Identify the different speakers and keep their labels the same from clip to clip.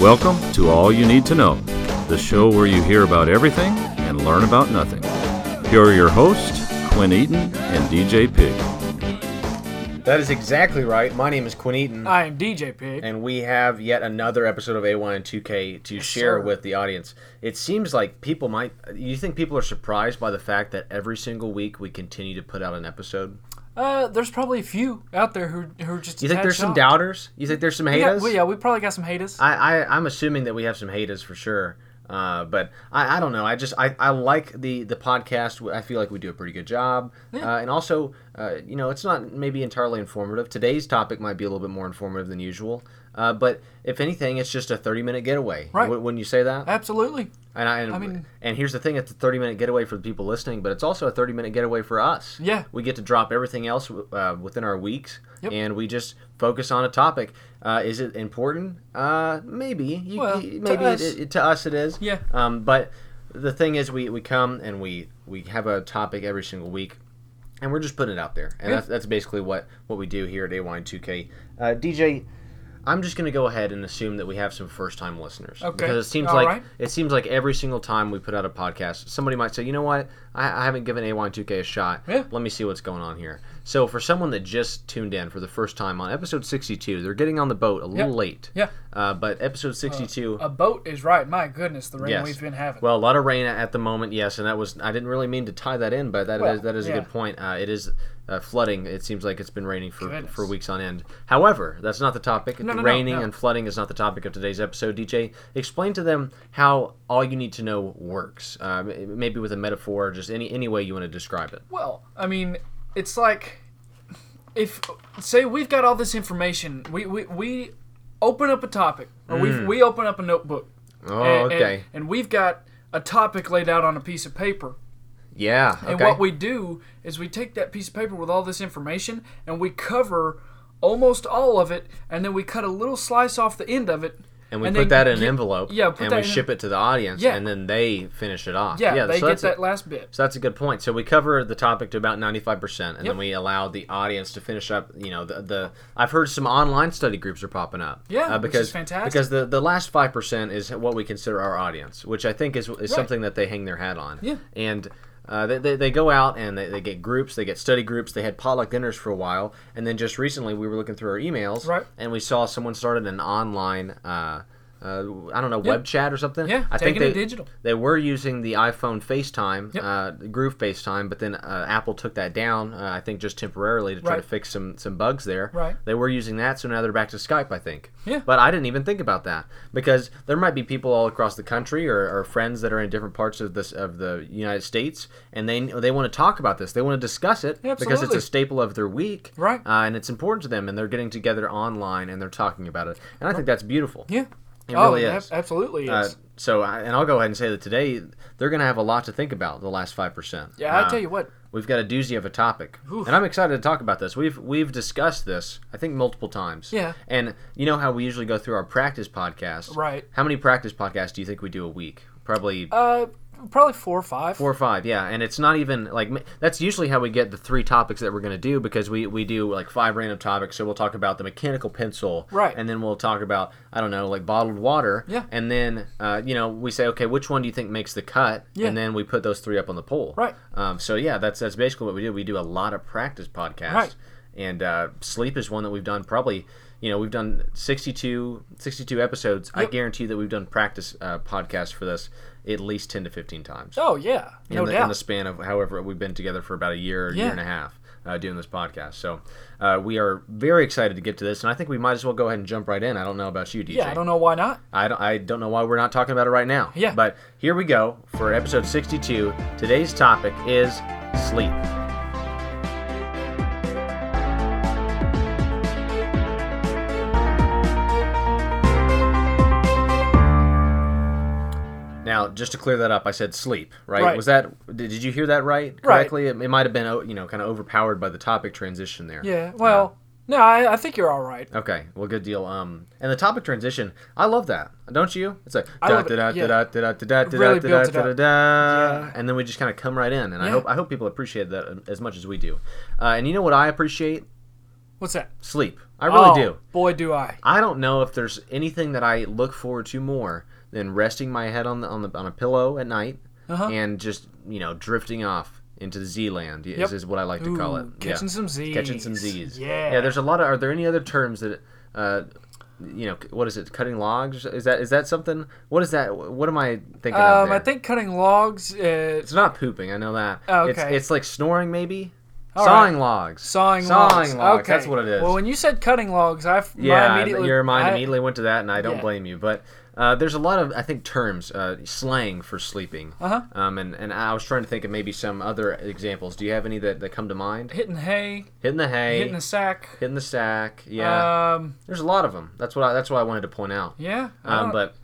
Speaker 1: Welcome to All You Need to Know, the show where you hear about everything and learn about nothing. Here are your hosts, Quinn Eaton and DJ Pig.
Speaker 2: That is exactly right. My name is Quinn Eaton,
Speaker 3: I am DJ Pig.
Speaker 2: and we have yet another episode of A1 and 2K to share
Speaker 3: sir.
Speaker 2: with the audience. It seems like people might. You think people are surprised by the fact that every single week we continue to put out an episode?
Speaker 3: Uh, there's probably a few out there who who are just.
Speaker 2: You think
Speaker 3: tad
Speaker 2: there's some
Speaker 3: shocked.
Speaker 2: doubters? You think there's some
Speaker 3: We got-
Speaker 2: haters?
Speaker 3: well, yeah, we probably got some haters.
Speaker 2: I, I I'm assuming that we have some haters for sure. Uh, but I, I don't know. I just I, I like the the podcast. I feel like we do a pretty good job. Uh, and also, uh, you know, it's not maybe entirely informative. Today's topic might be a little bit more informative than usual. Uh, but if anything, it's just a 30 minute getaway.
Speaker 3: Right.
Speaker 2: Wou- wouldn't you say that?
Speaker 3: Absolutely.
Speaker 2: and I, and,
Speaker 3: I mean-
Speaker 2: and here's the thing: it's a 30 minute getaway for the people listening, but it's also a 30 minute getaway for us.
Speaker 3: Yeah.
Speaker 2: we get to drop everything else uh, within our weeks,
Speaker 3: Yep.
Speaker 2: and we just focus on a topic. Uh, is it important? Uh, maybe. You,
Speaker 3: Well,
Speaker 2: you-
Speaker 3: to
Speaker 2: maybe
Speaker 3: us.
Speaker 2: It, it, to us it is.
Speaker 3: Yeah.
Speaker 2: Um, but the thing is, we, we come and we we have a topic every single week, and we're just putting it out there, and
Speaker 3: Yeah.
Speaker 2: that's, that's basically what what we do here at Awine 2K. Uh, DJ. I'm just gonna go ahead and assume that we have some first-time listeners
Speaker 3: Okay.
Speaker 2: because it seems
Speaker 3: All
Speaker 2: like
Speaker 3: right.
Speaker 2: it seems like every single time we put out a podcast, somebody might say, you know what, I, I haven't given A12K a shot.
Speaker 3: Yeah.
Speaker 2: Let me see what's going on here. So for someone that just tuned in for the first time on episode 62, they're getting on the boat a little late.
Speaker 3: Yeah. Uh,
Speaker 2: Uh, but episode 62.
Speaker 3: A boat is right. My goodness, the rain
Speaker 2: Yes.
Speaker 3: we've been having.
Speaker 2: Well, a lot of rain at the moment, yes, and that was I didn't really mean to tie that in, but that is
Speaker 3: Well,
Speaker 2: that is a
Speaker 3: yeah.
Speaker 2: good point. Uh, it is uh, flooding. It seems like it's been raining for
Speaker 3: Goodness.
Speaker 2: for weeks on end. However, that's not the topic.
Speaker 3: No, no, no,
Speaker 2: raining
Speaker 3: no.
Speaker 2: and flooding is not the topic of today's episode. DJ, explain to them how all you need to know works. Uh, m- maybe with a metaphor, or just any any way you want to describe it.
Speaker 3: Well, I mean, it's like if say we've got all this information, we we, we open up a topic, or we we open up a notebook.
Speaker 2: Mm. Oh,
Speaker 3: and, and-
Speaker 2: okay.
Speaker 3: And, we've got a topic laid out on a piece of paper.
Speaker 2: yeah. Okay.
Speaker 3: And what we do is we take that piece of paper with all this information and we cover almost all of it, and then we cut a little slice off the end of it.
Speaker 2: and we
Speaker 3: then
Speaker 2: put that in an
Speaker 3: get-
Speaker 2: envelope.
Speaker 3: yeah, put
Speaker 2: and
Speaker 3: that
Speaker 2: we
Speaker 3: in an-
Speaker 2: ship it to the audience,
Speaker 3: Yeah.
Speaker 2: and then they finish it off.
Speaker 3: Yeah, they
Speaker 2: so
Speaker 3: get
Speaker 2: that's a-
Speaker 3: that last bit.
Speaker 2: So that's a good point. So we cover the topic to about 95%, and then
Speaker 3: Yep.
Speaker 2: we allow the audience to finish up. You know, the, the I've heard some online study groups are popping up.
Speaker 3: Yeah,
Speaker 2: uh,
Speaker 3: which
Speaker 2: because
Speaker 3: is fantastic.
Speaker 2: because the, the last five percent is what we consider our audience, which I think is, is something that they hang their hat on.
Speaker 3: Yeah.
Speaker 2: and. Uh, they, they, they go out and they, they get groups, they get study groups. They had potluck dinners for a while, and then just recently we were looking through our emails,
Speaker 3: Right.
Speaker 2: and we saw someone started an online, uh, uh, I don't know, web chat or something.
Speaker 3: Yeah,
Speaker 2: I think
Speaker 3: taking
Speaker 2: they,
Speaker 3: it digital.
Speaker 2: they were using the iPhone FaceTime,
Speaker 3: Yep.
Speaker 2: uh, Groove FaceTime, but then uh, Apple took that down. Uh, I think just temporarily to try
Speaker 3: Right.
Speaker 2: to fix some some bugs there.
Speaker 3: Right.
Speaker 2: They were using that, so now they're back to Skype, I think.
Speaker 3: Yeah.
Speaker 2: But I didn't even think about that because there might be people all across the country or, or friends that are in different parts of this of the United States, and they they want to talk about this. They want to discuss it
Speaker 3: Yeah,
Speaker 2: because it's a
Speaker 3: absolutely.
Speaker 2: staple of their week.
Speaker 3: Right.
Speaker 2: Uh, and it's important to them, and they're getting together online and they're talking about it, and I think that's beautiful.
Speaker 3: Yeah.
Speaker 2: It
Speaker 3: oh,
Speaker 2: really
Speaker 3: ab-
Speaker 2: is.
Speaker 3: absolutely is.
Speaker 2: Uh, so, I, and I'll go ahead and say that today they're going to have a lot to think about. The last five percent. Uh,
Speaker 3: yeah, I tell you what.
Speaker 2: we've got a doozy of a topic,
Speaker 3: Oof.
Speaker 2: and I'm excited to talk about this. We've we've discussed this, I think, multiple times.
Speaker 3: Yeah.
Speaker 2: And you know how we usually go through our practice podcast,
Speaker 3: Right.
Speaker 2: How many practice podcasts do you think we do a week? Probably.
Speaker 3: Uh, probably four or five.
Speaker 2: Four or five, yeah, and it's not even like m- that's usually how we get the three topics that we're going to do because we we do like five random topics. So we'll talk about the mechanical pencil,
Speaker 3: Right.
Speaker 2: And then we'll talk about I don't know like bottled water,
Speaker 3: Yeah.
Speaker 2: And then uh, you know we say okay, which one do you think makes the cut?
Speaker 3: Yeah.
Speaker 2: And then we put those three up on the poll,
Speaker 3: Right.
Speaker 2: Um, so yeah, that's that's basically what we do. We do a lot of practice podcasts,
Speaker 3: Right.
Speaker 2: and uh, sleep is one that we've done probably. You know, we've done 62, 62 episodes. I
Speaker 3: Yep.
Speaker 2: guarantee that we've done practice uh, podcasts for this at least 10 to 15 times
Speaker 3: Oh yeah,
Speaker 2: in,
Speaker 3: no
Speaker 2: the, in
Speaker 3: doubt.
Speaker 2: the span of however we've been together for about a year,
Speaker 3: Yeah.
Speaker 2: year and a half, uh, doing this podcast. So uh, we are very excited to get to this, and I think we might as well go ahead and jump right in. I don't know about you, DJ.
Speaker 3: yeah, I don't know why not.
Speaker 2: I don't, I don't know why we're not talking about it right now.
Speaker 3: Yeah.
Speaker 2: But here we go for episode 62. Today's topic is sleep. Now, just to clear that up, I said sleep, right?
Speaker 3: Right.
Speaker 2: Was that did did you hear that right
Speaker 3: Right.
Speaker 2: correctly? It, it might have been oh, you know kind of overpowered by the topic transition there.
Speaker 3: Yeah. Well, no, I, I think you're all right.
Speaker 2: Okay, well, good deal. Um, and the topic transition, I love that, don't you? It's like
Speaker 3: I
Speaker 2: da
Speaker 3: love it,
Speaker 2: da da
Speaker 3: yeah.
Speaker 2: da da da da da da
Speaker 3: Really
Speaker 2: da
Speaker 3: builds it
Speaker 2: da
Speaker 3: up.
Speaker 2: da,
Speaker 3: Yeah.
Speaker 2: and then we just kind of come right in, and I
Speaker 3: Yeah.
Speaker 2: um, hope I hope people appreciate that as much as we do. Uh, and you know what I appreciate?
Speaker 3: What's that?
Speaker 2: Sleep. I really
Speaker 3: Oh,
Speaker 2: do.
Speaker 3: Boy, do I.
Speaker 2: I don't know if there's anything that I look forward to more than resting my head on the on the on a pillow at night
Speaker 3: Uh-huh.
Speaker 2: and just you know drifting off into the Z land is,
Speaker 3: Yep.
Speaker 2: is what I like to call
Speaker 3: Ooh,
Speaker 2: it.
Speaker 3: catching
Speaker 2: yeah.
Speaker 3: some Z's.
Speaker 2: Catching some Z's.
Speaker 3: Yeah.
Speaker 2: Yeah. There's a lot of. Are there any other terms that? Uh, you know what is it? Cutting logs? Is that is that something? What is that? What am I thinking of?
Speaker 3: Um,
Speaker 2: there?
Speaker 3: I think cutting logs, uh,
Speaker 2: it's not pooping. I know that.
Speaker 3: Oh,
Speaker 2: It's,
Speaker 3: okay.
Speaker 2: it's like snoring maybe.
Speaker 3: All
Speaker 2: sawing logs.
Speaker 3: sawing,
Speaker 2: Sawing
Speaker 3: logs.
Speaker 2: logs.
Speaker 3: Okay.
Speaker 2: That's what it is.
Speaker 3: Well, when you said cutting logs, I f- my
Speaker 2: Yeah,
Speaker 3: immediately,
Speaker 2: your mind
Speaker 3: I-
Speaker 2: immediately went to that, and I don't
Speaker 3: Yeah.
Speaker 2: blame you. But uh, there's a lot of I think terms, uh, slang for sleeping.
Speaker 3: Uh-huh.
Speaker 2: Um, and and I was trying to think of maybe some other examples. Do you have any that, that come to mind?
Speaker 3: hitting hay,
Speaker 2: Hitting the hay,
Speaker 3: hitting the sack.
Speaker 2: hitting the sack. Yeah,
Speaker 3: Um,
Speaker 2: there's a lot of them. That's what I, that's what I wanted to point out.
Speaker 3: yeah. uh, I
Speaker 2: Um,
Speaker 3: don't-
Speaker 2: but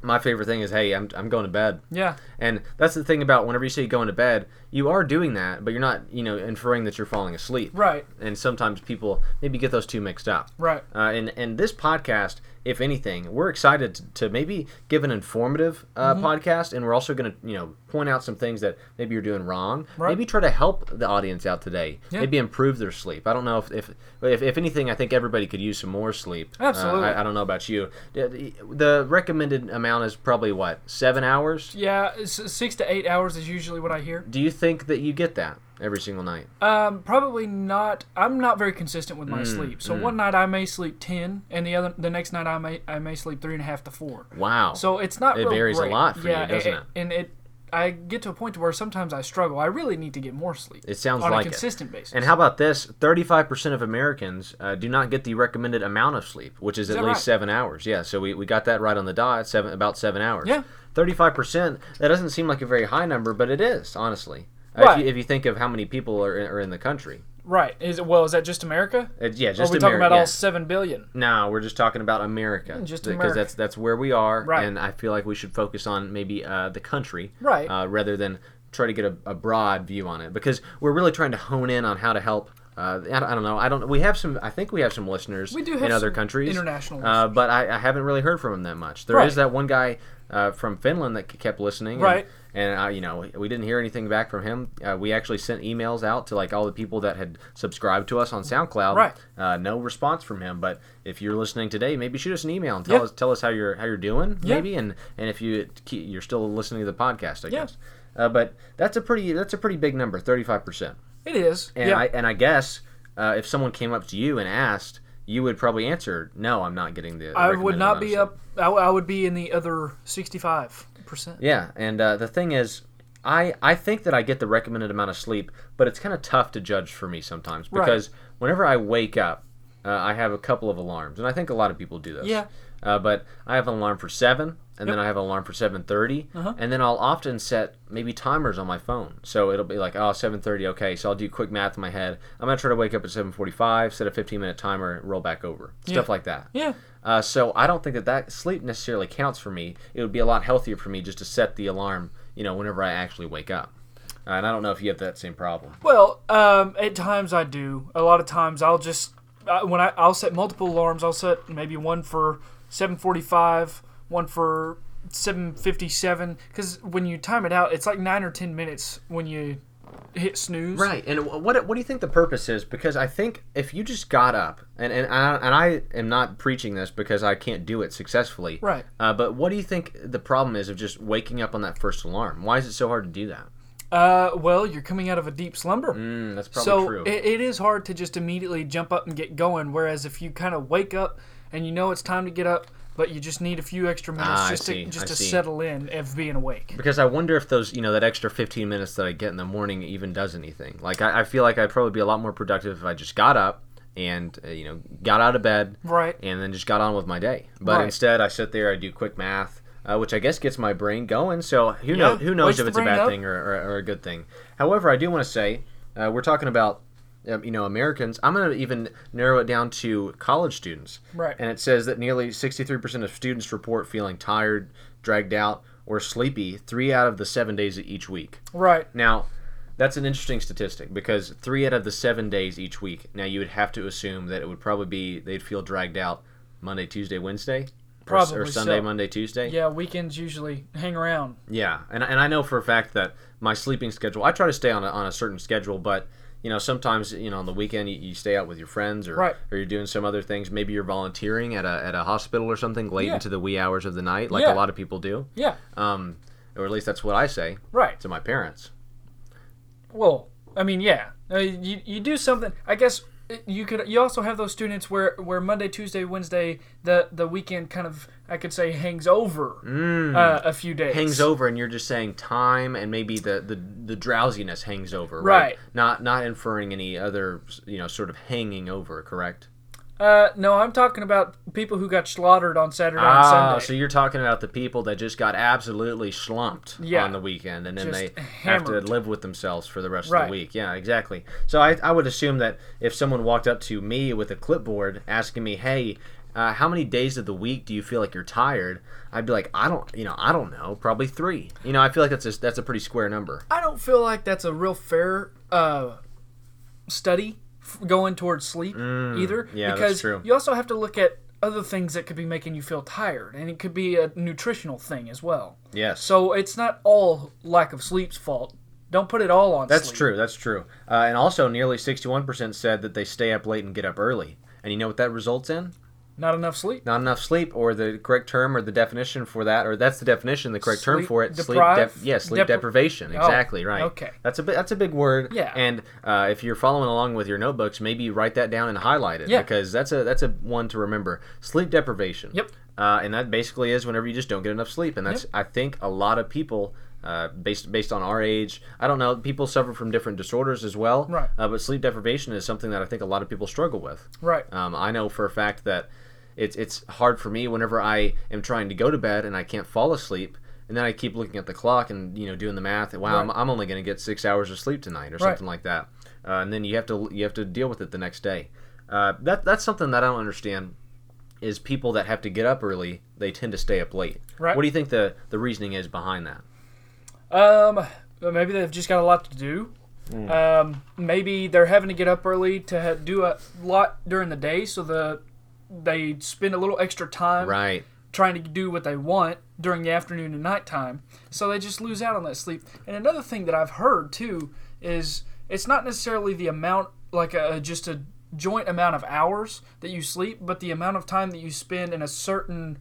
Speaker 2: my favorite thing is hey, I'm I'm going to bed.
Speaker 3: yeah,
Speaker 2: And that's the thing about whenever you say going to bed, you are doing that, but you're not, you know, inferring that you're falling asleep.
Speaker 3: right,
Speaker 2: And sometimes people maybe get those two mixed up.
Speaker 3: right.
Speaker 2: Uh, and and this podcast, if anything, we're excited to, to maybe give an informative uh,
Speaker 3: Mm-hmm.
Speaker 2: podcast, and we're also going to you know point out some things that maybe you're doing wrong.
Speaker 3: Right.
Speaker 2: Maybe try to help the audience out today.
Speaker 3: Yeah.
Speaker 2: Maybe improve their sleep. I don't know if if, if if anything, I think everybody could use some more sleep. Uh,
Speaker 3: Absolutely.
Speaker 2: I, I don't know about you. The- The recommended amount is probably what seven hours.
Speaker 3: Yeah, it's six to eight hours is usually what I hear.
Speaker 2: Do you think that you get that every single night?
Speaker 3: Um, probably not. I'm not very consistent
Speaker 2: Mm,
Speaker 3: with my sleep. So one night I may sleep ten, and the other, the next night I may I may sleep three and a half to four.
Speaker 2: Wow.
Speaker 3: So it's not.
Speaker 2: It
Speaker 3: real
Speaker 2: varies a
Speaker 3: great.
Speaker 2: lot for you,
Speaker 3: yeah,
Speaker 2: doesn't it?
Speaker 3: And it, I get to a point to where sometimes I struggle. I really need to get more sleep.
Speaker 2: It sounds
Speaker 3: on
Speaker 2: like
Speaker 3: a
Speaker 2: it.
Speaker 3: consistent basis.
Speaker 2: And how about this? Thirty-five percent of Americans uh, do not get the recommended amount of sleep, which is, at
Speaker 3: that
Speaker 2: least
Speaker 3: right?
Speaker 2: seven hours. Yeah, so we, we got that right on the dot, seven about seven hours.
Speaker 3: Yeah.
Speaker 2: thirty-five percent. That doesn't seem like a very high number, but it is honestly. Uh,
Speaker 3: Right.
Speaker 2: If, you, if you think of how many people are in, are in the country,
Speaker 3: right? Is it, well? Is that just America?
Speaker 2: Uh, yeah, just
Speaker 3: Are we
Speaker 2: Ameri-
Speaker 3: talking about
Speaker 2: yeah.
Speaker 3: all seven billion?
Speaker 2: No, we're just talking about America,
Speaker 3: Just
Speaker 2: because
Speaker 3: America.
Speaker 2: that's that's where we are,
Speaker 3: Right.
Speaker 2: and I feel like we should focus on maybe uh, the country,
Speaker 3: Right.
Speaker 2: uh, rather than try to get a, a broad view on it, because we're really trying to hone in on how to help. Uh, I, don't, I don't know. I don't. We have some. I think we have some listeners.
Speaker 3: We do
Speaker 2: in
Speaker 3: have
Speaker 2: other
Speaker 3: some
Speaker 2: countries,
Speaker 3: international
Speaker 2: Uh, but I, I haven't really heard from them that much. There is
Speaker 3: Right.
Speaker 2: that one guy uh, from Finland that c- kept listening, and-
Speaker 3: Right.
Speaker 2: And uh, you know, we didn't hear anything back from him. Uh, we actually sent emails out to like all the people that had subscribed to us on SoundCloud.
Speaker 3: Right.
Speaker 2: Uh, no response from him. But if you're listening today, maybe shoot us an email and tell
Speaker 3: Yeah.
Speaker 2: us tell us how you're how you're doing,
Speaker 3: Yeah.
Speaker 2: maybe, and and if you ke- you're still listening to the podcast, I
Speaker 3: Yeah.
Speaker 2: guess. Uh, but that's a pretty that's a pretty big number, thirty five percent.
Speaker 3: It is.
Speaker 2: And
Speaker 3: yeah.
Speaker 2: I and I guess uh, if someone came up to you and asked, you would probably answer, "No, I'm not getting the."
Speaker 3: I would
Speaker 2: recommended
Speaker 3: not
Speaker 2: amount of
Speaker 3: be
Speaker 2: sleep."
Speaker 3: up. I, w- I would be in the other sixty-five percent.
Speaker 2: Yeah, and uh, the thing is, I I think that I get the recommended amount of sleep, but it's kind of tough to judge for me sometimes
Speaker 3: Right.
Speaker 2: because whenever I wake up, uh, I have a couple of alarms, and I think a lot of people do this.
Speaker 3: Yeah.
Speaker 2: Uh, but I have an alarm for seven, and then I have an alarm for seven
Speaker 3: Uh-huh.
Speaker 2: and then I'll often set maybe timers on my phone. So it'll be like, oh, 7.30, okay. So I'll do quick math in my head. I'm gonna try to wake up at seven forty-five, set a fifteen-minute timer, and roll back over, stuff like that.
Speaker 3: Yeah.
Speaker 2: Uh, so I don't think that that sleep necessarily counts for me. It would be a lot healthier for me just to set the alarm, you know, whenever I actually wake up. Uh, and I don't know if you have that same problem.
Speaker 3: Well, um, at times I do. A lot of times I'll just I, when I I'll set multiple alarms. I'll set maybe one for seven forty-five, one for seven fifty-seven. Because when you time it out, it's like nine or ten minutes when you hit snooze.
Speaker 2: Right. And wh- what what do you think the purpose is? Because I think if you just got up, and and I, and I am not preaching this because I can't do it successfully.
Speaker 3: Right.
Speaker 2: Uh, but what do you think the problem is of just waking up on that first alarm? Why is it so hard to do that?
Speaker 3: Uh, well, you're coming out of a deep slumber.
Speaker 2: Mm, that's probably
Speaker 3: so
Speaker 2: true.
Speaker 3: It, it is hard to just immediately jump up and get going. Whereas if you kind of wake up and you know it's time to get up, but you just need a few extra minutes
Speaker 2: Ah, I
Speaker 3: just
Speaker 2: see,
Speaker 3: to just
Speaker 2: I
Speaker 3: to
Speaker 2: see.
Speaker 3: settle in of being awake.
Speaker 2: because I wonder if those you know that extra 15 minutes that I get in the morning even does anything. Like I, I feel like I'd probably be a lot more productive if I just got up and uh, you know got out of bed
Speaker 3: Right.
Speaker 2: and then just got on with my day. But
Speaker 3: Right.
Speaker 2: instead, I sit there, I do quick math. Uh, which I guess gets my brain going. So who knows? Who knows
Speaker 3: wakes
Speaker 2: if
Speaker 3: the
Speaker 2: it's a
Speaker 3: brain
Speaker 2: bad
Speaker 3: up.
Speaker 2: thing or, or, or a good thing? However, I do want to say uh, we're talking about um, you know Americans. I'm going to even narrow it down to college students.
Speaker 3: Right.
Speaker 2: And it says that nearly 63% of students report feeling tired, dragged out, or sleepy three out of the seven days each week.
Speaker 3: Right.
Speaker 2: Now, that's an interesting statistic because three out of the seven days each week. Now, you would have to assume that it would probably be they'd feel dragged out Monday, Tuesday, Wednesday. or- Or,
Speaker 3: Probably
Speaker 2: Sunday,
Speaker 3: so.
Speaker 2: Monday, Tuesday.
Speaker 3: Yeah, weekends usually hang around.
Speaker 2: Yeah, and, and I know for a fact that my sleeping schedule, I try to stay on a, on a certain schedule, but you know, sometimes you know on the weekend you, you stay out with your friends or
Speaker 3: Right.
Speaker 2: or you're doing some other things. Maybe you're volunteering at a at a hospital or something late
Speaker 3: Yeah.
Speaker 2: into the wee hours of the night, like
Speaker 3: Yeah.
Speaker 2: a lot of people do.
Speaker 3: Yeah.
Speaker 2: Um, or at least that's what I say
Speaker 3: Right.
Speaker 2: to my parents.
Speaker 3: Well, I mean, yeah. I mean, you, you do something. I guess uh, you could. You also have those students where where Monday, Tuesday, Wednesday, the the weekend kind of I could say hangs over uh, a few days.
Speaker 2: Mm. Hangs over, and you're just saying time, and maybe the the, the drowsiness hangs over,
Speaker 3: Right.
Speaker 2: Not not inferring any other you know sort of hanging over, correct?
Speaker 3: Uh, no, I'm talking about people who got slaughtered on Saturday
Speaker 2: Ah,
Speaker 3: and Sunday.
Speaker 2: so you're talking about the people that just got absolutely slumped
Speaker 3: Yeah.
Speaker 2: on the weekend, and then
Speaker 3: Just
Speaker 2: they have to
Speaker 3: hammered.
Speaker 2: live with themselves for the rest of
Speaker 3: Right.
Speaker 2: the week. Yeah, exactly. So I, I would assume that if someone walked up to me with a clipboard asking me, "Hey, uh, how many days of the week do you feel like you're tired?" I'd be like, "I don't, you know, I don't know, probably three. You know, I feel like that's a, that's a pretty square number.
Speaker 3: I don't feel like that's a real fair uh, study f- going towards sleep either.
Speaker 2: Mm, yeah, that's
Speaker 3: because
Speaker 2: true.
Speaker 3: you also have to look at other things that could be making you feel tired, and it could be a nutritional thing as well.
Speaker 2: Yes.
Speaker 3: So it's not all lack of sleep's fault. Don't put it all on.
Speaker 2: That's
Speaker 3: sleep.
Speaker 2: true. That's true. Uh, and also, nearly 61% said that they stay up late and get up early. And you know what that results in?
Speaker 3: Not enough sleep.
Speaker 2: Not enough sleep, or the correct term, or the definition for that, or that's the definition, the correct term
Speaker 3: Sleep
Speaker 2: for it.
Speaker 3: deprived?
Speaker 2: Sleep, yeah, sleep
Speaker 3: Depri-
Speaker 2: deprivation.
Speaker 3: Oh,
Speaker 2: Exactly right.
Speaker 3: okay.
Speaker 2: That's a bi- that's a big word.
Speaker 3: Yeah.
Speaker 2: And uh, if you're following along with your notebooks, maybe write that down and highlight it
Speaker 3: Yeah.
Speaker 2: because that's a that's a one to remember. Sleep deprivation.
Speaker 3: Yep.
Speaker 2: Uh, and that basically is whenever you just don't get enough sleep, and that's I think a lot of people. Uh, based based on our age, I don't know. People suffer from different disorders as well,
Speaker 3: Right.
Speaker 2: Uh, but sleep deprivation is something that I think a lot of people struggle with.
Speaker 3: Right.
Speaker 2: Um, I know for a fact that it's it's hard for me whenever I am trying to go to bed and I can't fall asleep, and then I keep looking at the clock and you know doing the math. Wow, I'm, I'm only going to get six hours of sleep tonight or something like that, uh, and then you have to you have to deal with it the next day. Uh, that that's something that I don't understand is people that have to get up early they tend to stay up late.
Speaker 3: Right.
Speaker 2: What do you think the the reasoning is behind that?
Speaker 3: Um, but maybe they've just got a lot to do.
Speaker 2: Mm.
Speaker 3: Um, maybe they're having to get up early to ha- do a lot during the day, so the they spend a little extra time
Speaker 2: Right.
Speaker 3: trying to do what they want during the afternoon and nighttime. So they just lose out on that sleep. And another thing that I've heard too is it's not necessarily the amount, like a, just a joint amount of hours that you sleep, but the amount of time that you spend in a certain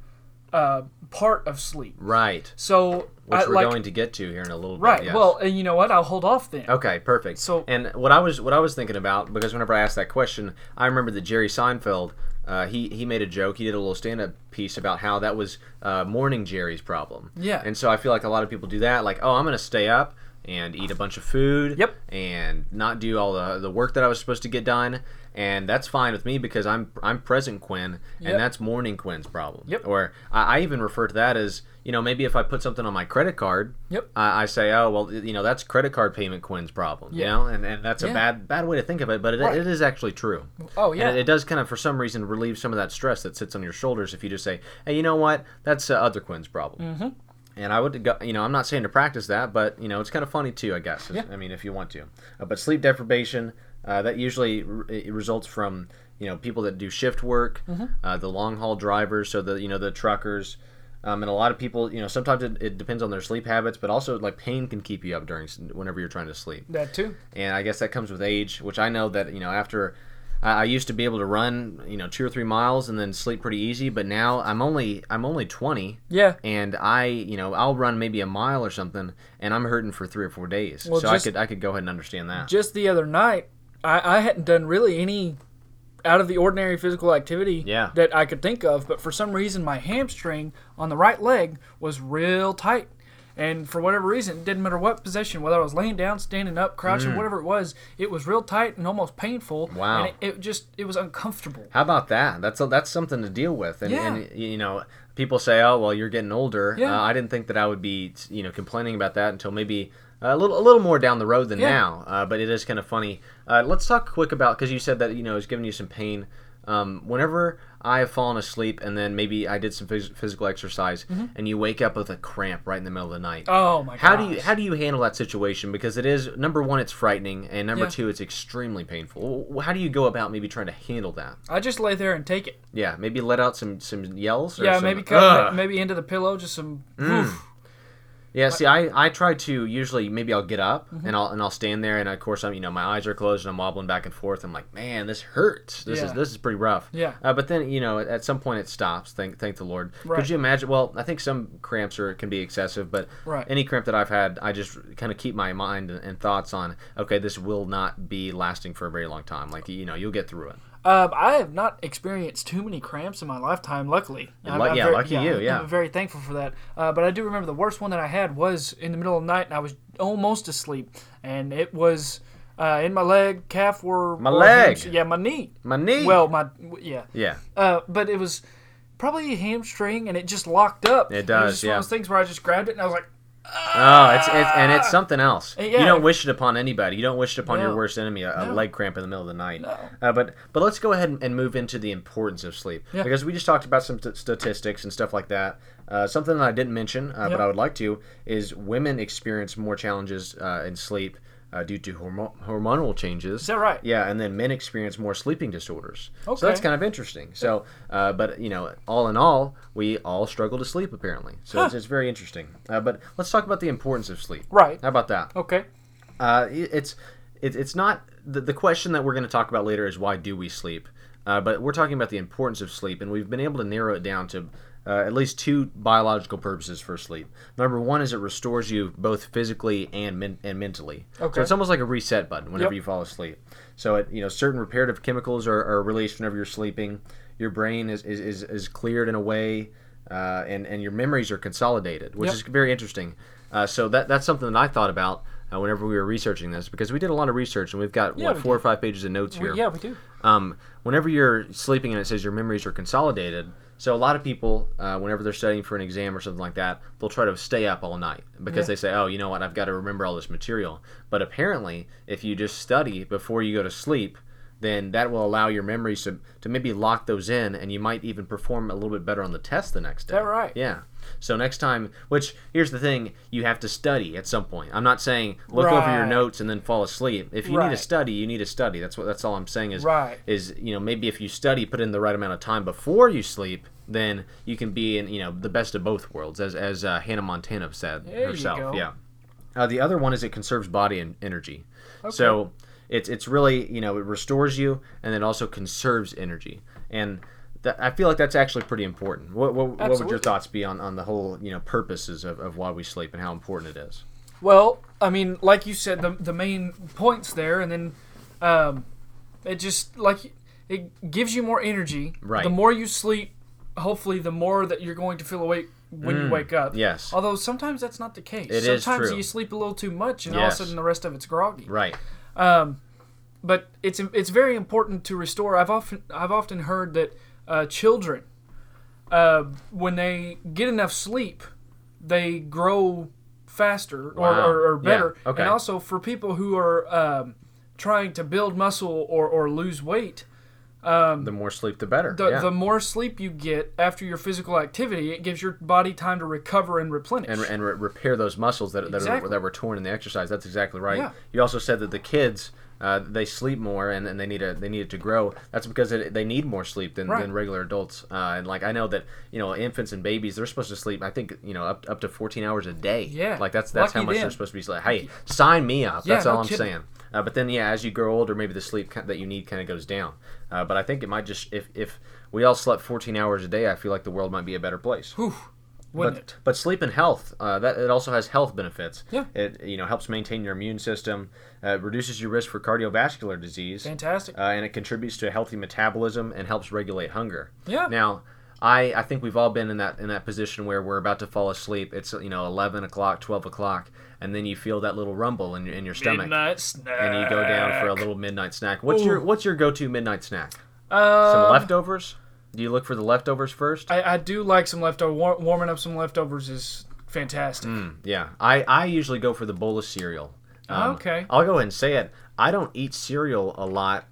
Speaker 3: uh, part of sleep.
Speaker 2: Right.
Speaker 3: So
Speaker 2: Which
Speaker 3: I,
Speaker 2: we're
Speaker 3: like,
Speaker 2: going to get to here in a little
Speaker 3: right.
Speaker 2: bit. yes.
Speaker 3: Well, and you know what? I'll hold off then.
Speaker 2: Okay, perfect.
Speaker 3: So-
Speaker 2: So, and what I was what I was thinking about because whenever I asked that question, I remember that Jerry Seinfeld. Uh, he he made a joke. He did a little stand-up piece about how that was uh, morning Jerry's problem.
Speaker 3: Yeah.
Speaker 2: And so I feel like a lot of people do that. Like, oh, I'm gonna stay up and eat a bunch of food.
Speaker 3: Yep.
Speaker 2: And not do all the the work that I was supposed to get done. And that's fine with me because I'm I'm present Quinn,
Speaker 3: Yep.
Speaker 2: and that's morning Quinn's problem.
Speaker 3: Yep.
Speaker 2: Or I, I even refer to that as you know maybe if I put something on my credit card.
Speaker 3: Yep.
Speaker 2: I, I say, oh well, you know that's credit card payment Quinn's problem, you
Speaker 3: Yeah.
Speaker 2: know, and, and that's
Speaker 3: Yeah.
Speaker 2: a bad bad way to think of it, but it, it is actually true.
Speaker 3: Oh, yeah.
Speaker 2: and it, it does kind of for some reason relieve some of that stress that sits on your shoulders if you just say, hey, you know what, that's uh, other Quinn's problem. Mm-hmm. And I would, go, you know, I'm not saying to practice that, but you know, it's kind of funny too, I guess. I mean, if you want to, uh, but sleep deprivation uh, that usually re- it results from you know people that do shift work,
Speaker 3: Mm-hmm.
Speaker 2: uh, the long haul drivers, so the you know the truckers. Um, and a lot of people, you know, sometimes it, it depends on their sleep habits, but also like pain can keep you up during s- whenever you're trying to sleep
Speaker 3: That too.
Speaker 2: and I guess that comes with age, which I know that you know after I, I used to be able to run you know two or three miles and then sleep pretty easy, but now I'm only I'm only 20.
Speaker 3: Yeah.
Speaker 2: And I, you know, I'll run maybe a mile or something, and I'm hurting for three or four days.
Speaker 3: Well,
Speaker 2: so
Speaker 3: just-
Speaker 2: I could I could go ahead and understand that.
Speaker 3: Just the other night, I, I hadn't done really any out of the ordinary physical activity
Speaker 2: Yeah.
Speaker 3: that I could think of, but for some reason my hamstring on the right leg was real tight. And for whatever reason, it didn't matter what position, whether I was laying down, standing up, crouching, whatever it was, it was real tight and almost painful.
Speaker 2: Mm. Wow.
Speaker 3: And it, it just it was uncomfortable.
Speaker 2: How about that? That's that's something to deal with, and,
Speaker 3: Yeah.
Speaker 2: and you know, people say, "Oh, well, you're getting older."
Speaker 3: Yeah.
Speaker 2: Uh, I didn't think that I would be, you know, complaining about that until maybe a little a little more down the road than
Speaker 3: Yeah.
Speaker 2: now. Uh, but it is kind of funny. Uh, let's talk quick about because you said that you know it's giving you some pain. Um, whenever I have fallen asleep and then maybe I did some phys- physical exercise, and you wake up with a cramp right in the middle of the night.
Speaker 3: Mm-hmm. Oh my god.
Speaker 2: How do you how do you handle that situation? Because it is number one, it's frightening, and number
Speaker 3: Yeah.
Speaker 2: two, it's extremely painful. W- How do you go about maybe trying to handle that?
Speaker 3: I just lay there and take it.
Speaker 2: Yeah, maybe let out some some yells. Or
Speaker 3: Yeah,
Speaker 2: some,
Speaker 3: maybe
Speaker 2: "Ugh!" Mm.
Speaker 3: cut, maybe into the pillow, just some. oof.
Speaker 2: Yeah, see, I, I try to usually maybe I'll get up
Speaker 3: Mm-hmm.
Speaker 2: and I'll and I'll stand there and of course I'm you know my eyes are closed and I'm wobbling back and forth. I'm like, man, this hurts. This
Speaker 3: Yeah.
Speaker 2: is this is pretty rough.
Speaker 3: Yeah.
Speaker 2: Uh, but then you know at, at some point it stops. Thank thank the Lord.
Speaker 3: Right.
Speaker 2: Could you imagine? Well, I think some cramps are can be excessive, but
Speaker 3: Right.
Speaker 2: any cramp that I've had, I just kind of keep my mind and, and thoughts on. Okay, this will not be lasting for a very long time. Like you know you'll get through it.
Speaker 3: Um, I have not experienced too many cramps in my lifetime, luckily. I'm,
Speaker 2: lu-
Speaker 3: I'm
Speaker 2: yeah, lucky you,
Speaker 3: I'm-
Speaker 2: yeah.
Speaker 3: I'm very thankful for that. Uh, but I do remember the worst one that I had was in the middle of the night, and I was almost asleep, and it was uh, in my leg, calf, or
Speaker 2: My
Speaker 3: or
Speaker 2: leg.
Speaker 3: hamstring- yeah, my knee.
Speaker 2: My knee.
Speaker 3: Well, my yeah,
Speaker 2: Yeah.
Speaker 3: uh, but it was probably a hamstring, and it just locked up.
Speaker 2: It
Speaker 3: And was
Speaker 2: does,
Speaker 3: just One
Speaker 2: yeah.
Speaker 3: of those things where I just grabbed it, and I was like,
Speaker 2: Oh, it's, it's and it's something else.
Speaker 3: Uh, Yeah.
Speaker 2: You don't wish it upon anybody. You don't wish it upon
Speaker 3: No.
Speaker 2: your worst enemy, a, a leg cramp in the middle of the night. Uh, but but let's go ahead and, and move into the importance of sleep
Speaker 3: Yeah.
Speaker 2: because we just talked about some t- statistics and stuff like that. Uh, something that I didn't mention, uh, but
Speaker 3: Yeah.
Speaker 2: I would like to, is women experience more challenges uh, in sleep. Uh, due to hormo- hormonal changes.
Speaker 3: Is that right?
Speaker 2: Yeah, and then men experience more sleeping disorders. So that's
Speaker 3: Okay.
Speaker 2: kind of interesting. So, uh, but you know, all in all, we all struggle to sleep apparently. So it's, it's very interesting. Uh, but let's talk about the importance of sleep.
Speaker 3: Right. Oh.
Speaker 2: How about that?
Speaker 3: okay,
Speaker 2: Uh, it- it's it, it's not the, the question that we're going to talk about later is why do we sleep? Uh, but we're talking about the importance of sleep, and we've been able to narrow it down to uh, at least two biological purposes for sleep. Number one is it restores you both physically and men- and mentally.
Speaker 3: Okay.
Speaker 2: So it's almost like a reset button whenever
Speaker 3: Yep.
Speaker 2: you fall asleep. So it, you know certain reparative chemicals are, are released whenever you're sleeping. Your brain is is, is, is cleared in a way, uh, and and your memories are consolidated, which
Speaker 3: Yep.
Speaker 2: is very interesting. Uh, so that that's something that I thought about uh, whenever we were researching this because we did a lot of research and we've got
Speaker 3: we
Speaker 2: what four or five pages of notes
Speaker 3: We-
Speaker 2: here.
Speaker 3: yeah, we do.
Speaker 2: Um, whenever you're sleeping and it says your memories are consolidated, so a lot of people, uh, whenever they're studying for an exam or something like that, they'll try to stay up all night because
Speaker 3: Yeah.
Speaker 2: they say, "Oh, you know what? I've got to remember all this material." But apparently, if you just study before you go to sleep, then that will allow your memories to, to maybe lock those in, and you might even perform a little bit better on the test the next day.
Speaker 3: that right?
Speaker 2: Yeah. So next time, which here's the thing, you have to study at some point. I'm not saying look over your
Speaker 3: Right.
Speaker 2: notes and then fall asleep. If you need
Speaker 3: Right.
Speaker 2: to study, you need to study. That's what that's all I'm saying is
Speaker 3: Right.
Speaker 2: is you know maybe if you study, put in the right amount of time before you sleep, then you can be in you know the best of both worlds, as as uh, Hannah Montana said
Speaker 3: There you
Speaker 2: herself.
Speaker 3: go.
Speaker 2: Yeah. Uh, the other one is it conserves body and energy. So it's it's really you know it restores you and it also conserves energy and. That, I feel like that's actually pretty important. What, what, what would your
Speaker 3: Absolutely.
Speaker 2: thoughts be on, on the whole you know purposes of, of why we sleep and how important it is?
Speaker 3: Well, I mean, like you said, the the main points there, and then um, it just like it gives you more energy.
Speaker 2: Right.
Speaker 3: The more you sleep, hopefully, the more that you're going to feel awake when you wake up.
Speaker 2: Mm, yes.
Speaker 3: Although sometimes that's not the case.
Speaker 2: It is
Speaker 3: sometimes
Speaker 2: true.
Speaker 3: you sleep a little too much, and all of a
Speaker 2: Yes.
Speaker 3: sudden the rest of it's groggy.
Speaker 2: Right.
Speaker 3: But it's it's very important to restore. I've often I've often heard that uh, children, uh, when they get enough sleep, they grow faster or,
Speaker 2: Wow.
Speaker 3: or, or
Speaker 2: Yeah,
Speaker 3: better.
Speaker 2: okay.
Speaker 3: And also for people who are um, trying to build muscle or, or lose weight,
Speaker 2: The more sleep, the better.
Speaker 3: Um, the,
Speaker 2: yeah.
Speaker 3: the more sleep you get after your physical activity, it gives your body time to recover and replenish.
Speaker 2: and, and re- repair those muscles that, that,
Speaker 3: Exactly.
Speaker 2: are, that were torn in the exercise. That's exactly right.
Speaker 3: Yeah.
Speaker 2: You also said that the kids uh, they sleep more and, and they need a, they need it to grow. That's because it, they need more sleep than,
Speaker 3: Right.
Speaker 2: than regular adults. Uh, and like I know that you know infants and babies they're supposed to sleep. I think you know up, up to 14 hours a day.
Speaker 3: Yeah.
Speaker 2: like that's that's
Speaker 3: Lucky
Speaker 2: how much
Speaker 3: them.
Speaker 2: they're supposed to be. Sleep. Hey, sign me up.
Speaker 3: Yeah,
Speaker 2: that's
Speaker 3: no
Speaker 2: all I'm
Speaker 3: kidding.
Speaker 2: saying. Uh, but then, yeah, as you grow older, maybe the sleep ki- that you need kind of goes down. Uh, but I think it might just if if we all slept 14 hours a day, I feel like the world might be a better place
Speaker 3: Whew, wouldn't
Speaker 2: but,
Speaker 3: it?
Speaker 2: but sleep and health uh, that it also has health benefits
Speaker 3: Yeah.
Speaker 2: it you know helps maintain your immune system uh, it reduces your risk for cardiovascular disease
Speaker 3: Fantastic.
Speaker 2: uh, and it contributes to a healthy metabolism and helps regulate hunger
Speaker 3: Yeah.
Speaker 2: now I, I think we've all been in that in that position where we're about to fall asleep it's you know 11 o'clock 12 o'clock and then you feel that little rumble in your, in your stomach
Speaker 3: Midnight snack.
Speaker 2: and you go down for a little midnight snack what's your
Speaker 3: Ooh.
Speaker 2: what's your go-to midnight snack
Speaker 3: Uh,
Speaker 2: some leftovers do you look for the leftovers first
Speaker 3: I, I do like some leftover. War- warming up some leftovers is fantastic.
Speaker 2: Yeah, I, I usually go for the bowl of cereal.
Speaker 3: Okay.
Speaker 2: I'll go ahead and say it. I don't eat cereal a lot,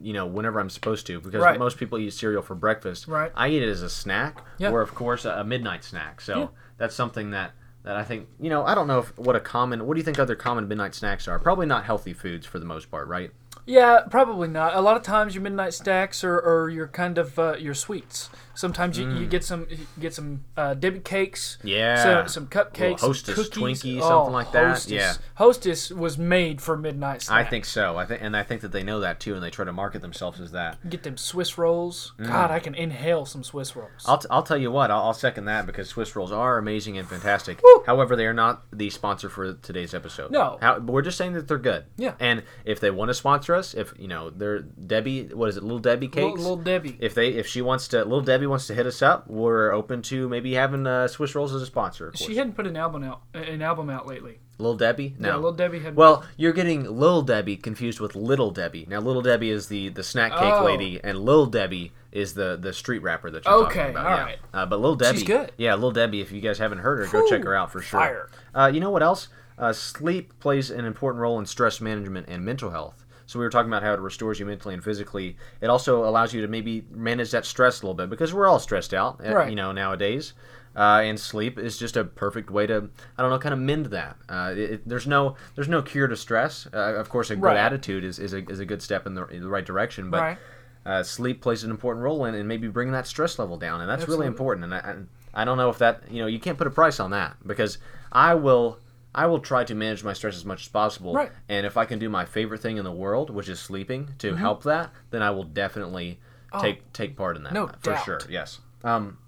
Speaker 2: you know, whenever I'm supposed to, because
Speaker 3: Right.
Speaker 2: most people eat cereal for breakfast.
Speaker 3: Right.
Speaker 2: I eat it as a snack,
Speaker 3: Yeah.
Speaker 2: or of course a a midnight snack. So that's something that that I think, you know, I don't know if, what a common. What do you think other common midnight snacks are? Probably not healthy foods for the most part, right?
Speaker 3: Yeah, probably not. A lot of times your midnight stacks are, are your kind of uh, your sweets. Sometimes you, you get some you get some uh, debit cakes.
Speaker 2: Mm. Yeah.
Speaker 3: Some, some cupcakes.
Speaker 2: Little Hostess
Speaker 3: cookies.
Speaker 2: Twinkie,
Speaker 3: Oh,
Speaker 2: something like that.
Speaker 3: Hostess.
Speaker 2: Yeah.
Speaker 3: Hostess was made for midnight
Speaker 2: I
Speaker 3: snack.
Speaker 2: think so. I think, and I think that they know that too, and they try to market themselves as that.
Speaker 3: Get them Swiss rolls.
Speaker 2: Mm.
Speaker 3: God, I can inhale some Swiss rolls.
Speaker 2: I'll, t- I'll tell you what, I'll, I'll second that because Swiss rolls are amazing and fantastic. However, they are not the sponsor for today's episode.
Speaker 3: No.
Speaker 2: How, but we're just saying that they're good.
Speaker 3: Yeah.
Speaker 2: And if they want to sponsor us, if, you know, they're Debbie, what is it, Little Debbie Cakes?
Speaker 3: Little, little Debbie.
Speaker 2: if they if she wants to little debbie wants to hit us up we're open to maybe having uh, swiss rolls as a sponsor of
Speaker 3: she
Speaker 2: course.
Speaker 3: hadn't put an album out an album out lately.
Speaker 2: little debbie no
Speaker 3: Yeah, Little Debbie had-
Speaker 2: well you're getting little debbie confused with little debbie now little debbie is the the snack cake
Speaker 3: Oh.
Speaker 2: lady and little debbie is the the street rapper that you're
Speaker 3: Okay,
Speaker 2: talking about
Speaker 3: all
Speaker 2: yeah.
Speaker 3: right.
Speaker 2: uh, but little debbie
Speaker 3: good.
Speaker 2: yeah little debbie if you guys haven't heard her go check
Speaker 3: Whew,
Speaker 2: her out for sure
Speaker 3: fire.
Speaker 2: uh, you know what else uh, sleep plays an important role in stress management and mental health so we were talking about how it restores you mentally and physically. It also allows you to maybe manage that stress a little bit because we're all stressed out, uh,
Speaker 3: Right.
Speaker 2: you know, nowadays. Uh, and sleep is just a perfect way to, I don't know, kind of mend that. Uh, it, it- there's no there's no cure to stress. Uh, of course, a good
Speaker 3: Right.
Speaker 2: attitude is, is, a, is a good step in the, in the right direction. But
Speaker 3: Right.
Speaker 2: uh, sleep plays an important role in, in maybe bringing that stress level down, and that's
Speaker 3: Absolutely.
Speaker 2: really important. And I, and I don't know if that you know you can't put a price on that because I will I will try to manage my stress as much as possible.
Speaker 3: Right.
Speaker 2: And if I can do my favorite thing in the world, which is sleeping,
Speaker 3: Mm-hmm.
Speaker 2: to help that, then I will definitely take take part in that.
Speaker 3: Oh. No
Speaker 2: for
Speaker 3: doubt.
Speaker 2: sure. Yes. Um,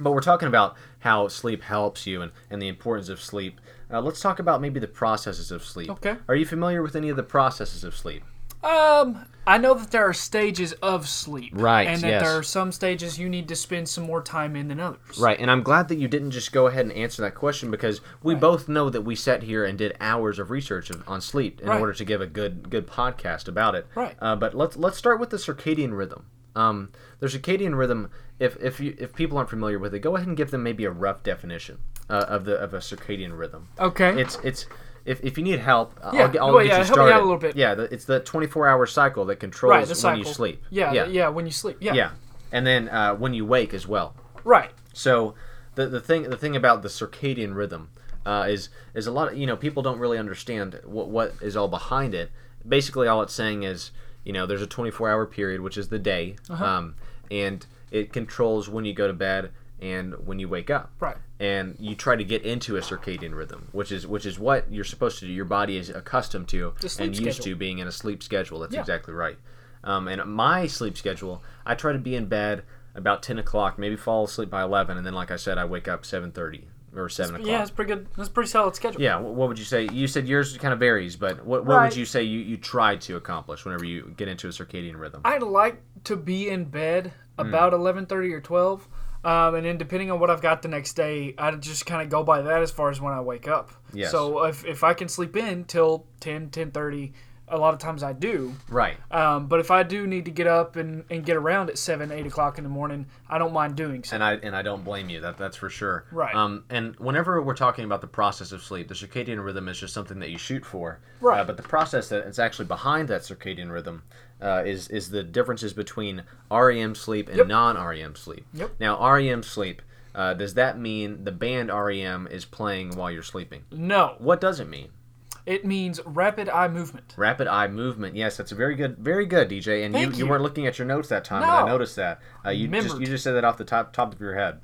Speaker 2: but we're talking about how sleep helps you and, and the importance of sleep. Uh, let's talk about maybe the processes of sleep.
Speaker 3: Okay.
Speaker 2: Are you familiar with any of the processes of sleep?
Speaker 3: Um, I know that there are stages of sleep,
Speaker 2: Right,
Speaker 3: and that
Speaker 2: yes.
Speaker 3: there are some stages you need to spend some more time in than others.
Speaker 2: Right, and I'm glad that you didn't just go ahead and answer that question because we both know that we sat here and did hours of research of, on sleep in
Speaker 3: Right.
Speaker 2: order to give a good good podcast about it.
Speaker 3: Right.
Speaker 2: Uh, but let's let's start with the circadian rhythm. Um, the circadian rhythm. If if you if people aren't familiar with it, go ahead and give them maybe a rough definition uh, of the of a circadian rhythm.
Speaker 3: Okay.
Speaker 2: It's it's. If, if you need help, uh, I'll-
Speaker 3: Yeah,
Speaker 2: I'll, get- I'll
Speaker 3: well,
Speaker 2: get
Speaker 3: yeah,
Speaker 2: you
Speaker 3: help me
Speaker 2: started.
Speaker 3: out a little bit.
Speaker 2: Yeah, the, it's the 24-hour cycle that controls
Speaker 3: Right, the
Speaker 2: when
Speaker 3: cycle.
Speaker 2: you sleep.
Speaker 3: Yeah,
Speaker 2: yeah,
Speaker 3: yeah, yeah when you sleep. Yeah.
Speaker 2: yeah. And then uh, when you wake as well.
Speaker 3: Right.
Speaker 2: So the the thing the thing about the circadian rhythm uh, is is a lot of you know people don't really understand what what is all behind it. Basically, all it's saying is you know there's a 24 hour period which is the day,
Speaker 3: Uh-huh.
Speaker 2: um, and it controls when you go to bed and when you wake up.
Speaker 3: Right.
Speaker 2: And you try to get into a circadian rhythm, which is which is what you're supposed to do. Your body is accustomed to
Speaker 3: The sleep
Speaker 2: and used
Speaker 3: schedule.
Speaker 2: to being in a sleep schedule. That's
Speaker 3: Yeah.
Speaker 2: exactly right. Um, and my sleep schedule, I try to be in bed about ten o'clock, maybe fall asleep by eleven, and then, like I said, I wake up seven thirty or seven o'clock.
Speaker 3: Yeah, that's pretty good. That's a pretty solid schedule.
Speaker 2: Yeah, wh- What would you say? You said yours kind of varies, but what, what
Speaker 3: Right.
Speaker 2: would you say you, you try to accomplish whenever you get into a circadian rhythm?
Speaker 3: I'd like to be in bed
Speaker 2: Hmm.
Speaker 3: about eleven thirty or twelve, um, and then depending on what I've got the next day, I just kind of go by that as far as when I wake up.
Speaker 2: Yes.
Speaker 3: So if, if I can sleep in till 10, 10.30, a lot of times I do.
Speaker 2: right.
Speaker 3: Um, but if I do need to get up and, and get around at seven, eight o'clock in the morning, I don't mind doing so.
Speaker 2: and I and I don't blame you. That that's for sure.
Speaker 3: Right.
Speaker 2: Um. And whenever we're talking about the process of sleep, the circadian rhythm is just something that you shoot for.
Speaker 3: Right.
Speaker 2: Uh, but the process that is actually behind that circadian rhythm uh, is is the differences between REM sleep and non-REM sleep.
Speaker 3: Yep.
Speaker 2: Now REM sleep. Uh, does that mean the band REM is playing while you're sleeping?
Speaker 3: No,
Speaker 2: What does it mean?
Speaker 3: it means rapid eye movement.
Speaker 2: Rapid eye movement. Yes, that's a very good, very good, DJ. And you,
Speaker 3: Thank
Speaker 2: you.
Speaker 3: you.
Speaker 2: weren't looking at your notes that time, and I
Speaker 3: No.
Speaker 2: noticed that. Uh, you just
Speaker 3: Remembered.
Speaker 2: you just said that off the top top of your head.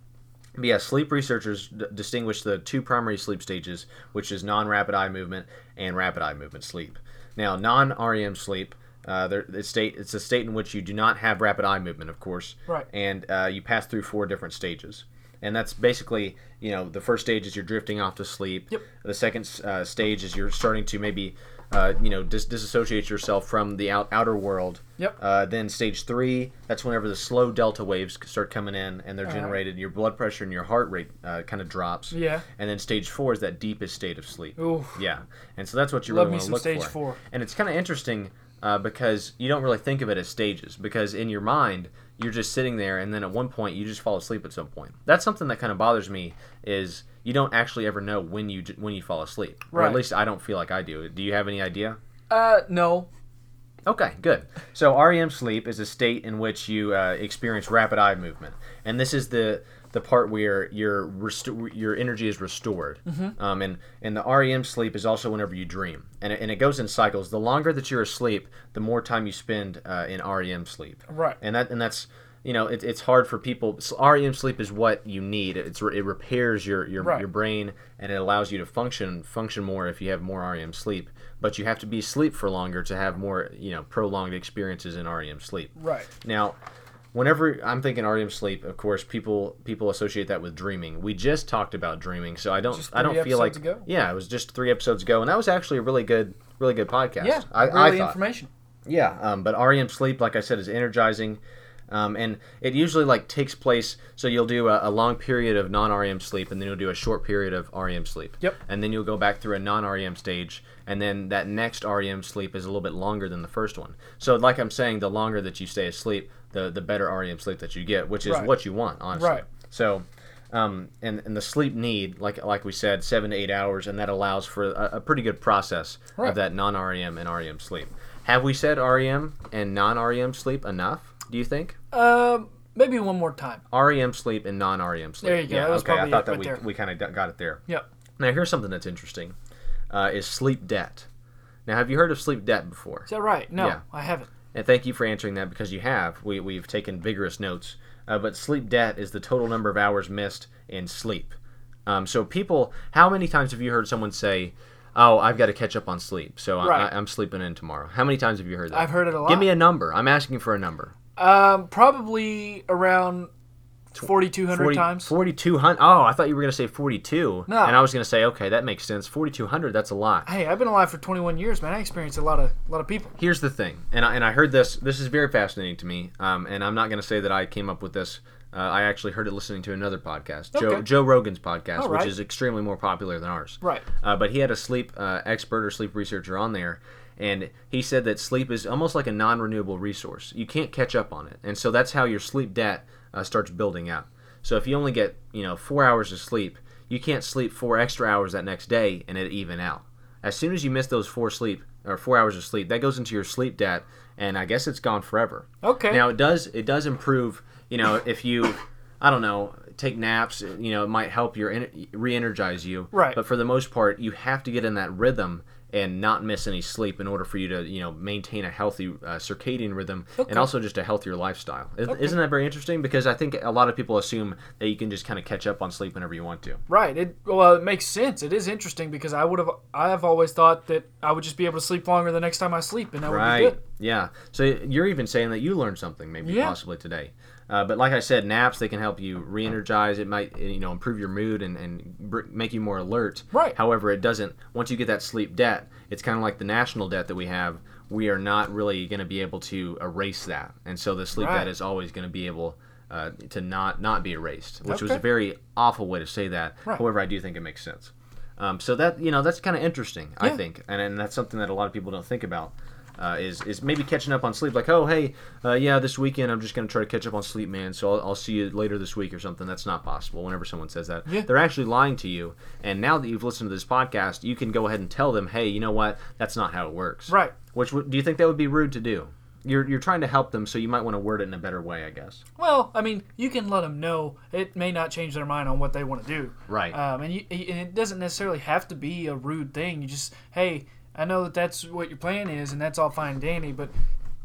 Speaker 2: But yeah, sleep researchers d- distinguish the two primary sleep stages, which is non-rapid eye movement and rapid eye movement sleep. Now, non-REM sleep, uh, there, it's state it's a state in which you do not have rapid eye movement, of course,
Speaker 3: Right.
Speaker 2: And uh, you pass through four different stages. And that's basically, you know, the first stage is you're drifting off to sleep.
Speaker 3: Yep.
Speaker 2: The second uh, stage is you're starting to maybe, uh, you know, dis- disassociate yourself from the out- outer world.
Speaker 3: Yep.
Speaker 2: Uh, then stage three, that's whenever the slow delta waves start coming in and they're
Speaker 3: Uh-huh.
Speaker 2: generated. Your blood pressure and your heart rate uh, kind of drops.
Speaker 3: Yeah.
Speaker 2: And then stage four is that deepest state of sleep.
Speaker 3: Ooh.
Speaker 2: Yeah. And so that's what you
Speaker 3: Love
Speaker 2: really
Speaker 3: me
Speaker 2: want to
Speaker 3: some
Speaker 2: look
Speaker 3: stage
Speaker 2: for.
Speaker 3: four.
Speaker 2: And it's kind of interesting uh, because you don't really think of it as stages because in your mind you're just sitting there and then at one point you just fall asleep at some point. That's something that kind of bothers me is you don't actually ever know when you j- when you fall asleep. Or at
Speaker 3: Right.
Speaker 2: least I don't feel like I do. Do you have any idea?
Speaker 3: Uh, no.
Speaker 2: Okay, good. So REM sleep is a state in which you uh, experience rapid eye movement, and this is the the part where your resto- your energy is restored.
Speaker 3: Mm-hmm.
Speaker 2: Um, and and the REM sleep is also whenever you dream, and it, and it goes in cycles. The longer that you're asleep, the more time you spend uh, in REM sleep.
Speaker 3: Right.
Speaker 2: And that and that's you know it, it's hard for people s- REM sleep is what you need it's re- it repairs your your,
Speaker 3: Right.
Speaker 2: your brain and it allows you to function function more if you have more REM sleep but you have to be asleep for longer to have more you know prolonged experiences in REM sleep
Speaker 3: Right.
Speaker 2: now whenever I'm thinking REM sleep of course people people associate that with dreaming we just talked about dreaming so I don't
Speaker 3: Just
Speaker 2: I don't
Speaker 3: three
Speaker 2: feel like
Speaker 3: episodes ago?
Speaker 2: yeah it was just 3 episodes ago and that was actually a really good really good podcast
Speaker 3: Yeah.
Speaker 2: I, I
Speaker 3: really
Speaker 2: thought
Speaker 3: information.
Speaker 2: yeah, um, but REM sleep, like I said, is energizing, um, and it usually like takes place. So you'll do a, a long period of non-REM sleep, and then you'll do a short period of REM sleep.
Speaker 3: Yep.
Speaker 2: And then you'll go back through a non-REM stage, and then that next REM sleep is a little bit longer than the first one. So, like I'm saying, the longer that you stay asleep, the the better REM sleep that you get, which is
Speaker 3: Right.
Speaker 2: what you want, honestly.
Speaker 3: Right.
Speaker 2: So. Um, and, and the sleep need, like like we said, seven to eight hours, and that allows for a, a pretty good process
Speaker 3: Right.
Speaker 2: of that non REM and REM sleep. Have we said REM and non REM sleep enough? Do you think
Speaker 3: Um, maybe one more time.
Speaker 2: REM sleep and non REM sleep?
Speaker 3: There you go.
Speaker 2: Yeah,
Speaker 3: That was
Speaker 2: okay. I
Speaker 3: probably
Speaker 2: thought
Speaker 3: it
Speaker 2: that
Speaker 3: right
Speaker 2: we
Speaker 3: there.
Speaker 2: we kind of got it there.
Speaker 3: Yep.
Speaker 2: Now here's something that's interesting: uh, is sleep debt. Now, have you heard of sleep debt before?
Speaker 3: Is that right? No,
Speaker 2: Yeah.
Speaker 3: I haven't.
Speaker 2: And thank you for answering that because you have. We, we've taken vigorous notes. Uh, but sleep debt is the total number of hours missed in sleep. Um, so, people, how many times have you heard someone say, Oh, I've got to catch up on sleep, so I,
Speaker 3: Right.
Speaker 2: I, I'm sleeping in tomorrow? How many times have you heard that?
Speaker 3: I've heard it a lot.
Speaker 2: Give me a number. I'm asking for a number.
Speaker 3: Um, probably around 4,200 times.
Speaker 2: 4,200. Oh, I thought you were going to say 42.
Speaker 3: No.
Speaker 2: And I was going to say, okay, that makes sense. 4,200, that's a lot.
Speaker 3: Hey, I've been alive for 21 years, man. I experienced a lot of a lot of people.
Speaker 2: here's the thing, and I, and I heard this. This is very fascinating to me, um, and I'm not going to say that I came up with this. Uh, I actually heard it listening to another podcast, Joe,
Speaker 3: Okay.
Speaker 2: Joe Rogan's podcast,
Speaker 3: All
Speaker 2: which
Speaker 3: right.
Speaker 2: is extremely more popular than ours.
Speaker 3: Right.
Speaker 2: Uh, but he had a sleep uh, expert or sleep researcher on there, and he said that sleep is almost like a non-renewable resource. You can't catch up on it, and so that's how your sleep debt uh, starts building up. So if you only get you know four hours of sleep, you can't sleep four extra hours that next day and it even out. As soon as you miss those four sleep or four hours of sleep, that goes into your sleep debt, and I guess it's gone forever.
Speaker 3: Okay.
Speaker 2: Now it does it does improve. You know, if you, I don't know, take naps. You know, it might help your en- re-energize you.
Speaker 3: Right.
Speaker 2: But for the most part, you have to get in that rhythm and not miss any sleep in order for you to you know maintain a healthy uh, circadian rhythm and also just a healthier lifestyle. Is- Isn't that very interesting? Because I think a lot of people assume that you can just kind of catch up on sleep whenever you want to.
Speaker 3: Right. It well, it makes sense. It is interesting because I would have I have always thought that I would just be able to sleep longer the next time I sleep, and that would be good.
Speaker 2: Yeah. So you're even saying that you learned something maybe
Speaker 3: Yeah.
Speaker 2: possibly today. Uh, but like I said, naps they can help you re-energize. It might you know improve your mood and and br- make you more alert.
Speaker 3: Right.
Speaker 2: However, it doesn't. Once you get that sleep debt, it's kind of like the national debt that we have. We are not really going to be able to erase that, and so the sleep
Speaker 3: Right.
Speaker 2: debt is always going to be able. Uh, to not not be erased, which was a
Speaker 3: Okay.
Speaker 2: very awful way to say that.
Speaker 3: Right.
Speaker 2: However, I do think it makes sense. Um, so that you know that's kind of interesting, I
Speaker 3: Yeah.
Speaker 2: think, and, and that's something that a lot of people don't think about. Uh, is is maybe catching up on sleep? Like, oh hey, uh, yeah, this weekend I'm just gonna try to catch up on sleep, man. So I'll, I'll see you later this week or something. That's not possible. Whenever someone says that,
Speaker 3: Yeah.
Speaker 2: they're actually lying to you. And now that you've listened to this podcast, you can go ahead and tell them, hey, you know what? That's not how it works.
Speaker 3: Right.
Speaker 2: Which would- do you think that would be rude to do? You're you're trying to help them, so you might want to word it in a better way, I guess.
Speaker 3: Well, I mean, you can let them know. It may not change their mind on what they want to do.
Speaker 2: Right.
Speaker 3: Um, and, you, and it doesn't necessarily have to be a rude thing. You just, hey, I know that that's what your plan is, and that's all fine, and dandy. But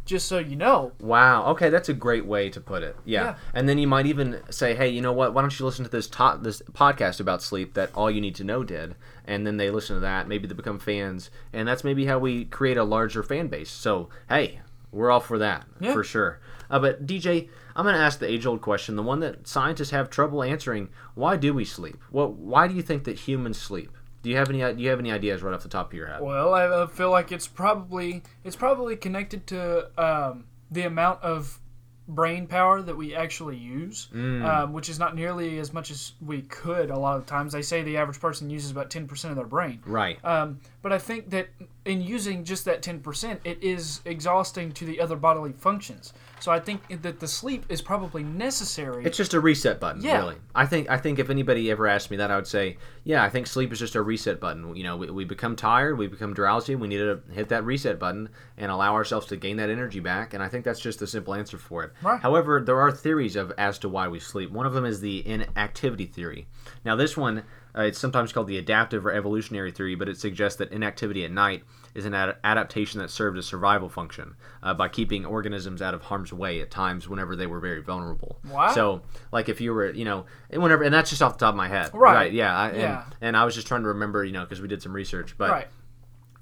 Speaker 3: just so you know,
Speaker 2: Wow. Okay, that's a great way to put it. Yeah.
Speaker 3: Yeah.
Speaker 2: And then you might even say, "Hey, you know what? Why don't you listen to this to- this podcast about sleep that all you need to know did?" And then they listen to that. Maybe they become fans, and that's maybe how we create a larger fan base. So, hey, we're all for that
Speaker 3: Yeah.
Speaker 2: for sure. Uh, but DJ, I'm going to ask the age-old question, the one that scientists have trouble answering: Why do we sleep? What? Why do you think that humans sleep? Do you have any? Do you have any ideas right off the top of your head?
Speaker 3: Well, I uh, feel like it's probably it's probably connected to um, the amount of brain power that we actually use,
Speaker 2: Mm.
Speaker 3: um, which is not nearly as much as we could. A lot of times, they say the average person uses about ten percent of their brain.
Speaker 2: Right.
Speaker 3: Um, but I think that in using just that 10%, it is exhausting to the other bodily functions. So I think that the sleep is probably necessary.
Speaker 2: It's just a reset button,
Speaker 3: Um, Yeah.
Speaker 2: really. I think I think if anybody ever asked me that, I would say, yeah, I think sleep is just a reset button. You know, we, we become tired, we become drowsy, we need to hit that reset button and allow ourselves to gain that energy back. And I think that's just the simple answer for it.
Speaker 3: Right.
Speaker 2: However, there are theories of as to why we sleep. One of them is the inactivity theory. Now, this one uh, it's sometimes called the adaptive or evolutionary theory, but it suggests that inactivity at night is an ad- adaptation that served a survival function uh, by keeping organisms out of harm's way at times whenever they were very vulnerable.
Speaker 3: Wow.
Speaker 2: So, like if you were, you know, and whenever, and that's just off the top of my head.
Speaker 3: Right.
Speaker 2: yeah. I, and,
Speaker 3: Yeah.
Speaker 2: And I was just trying to remember, you know, because we did some research, but.
Speaker 3: right.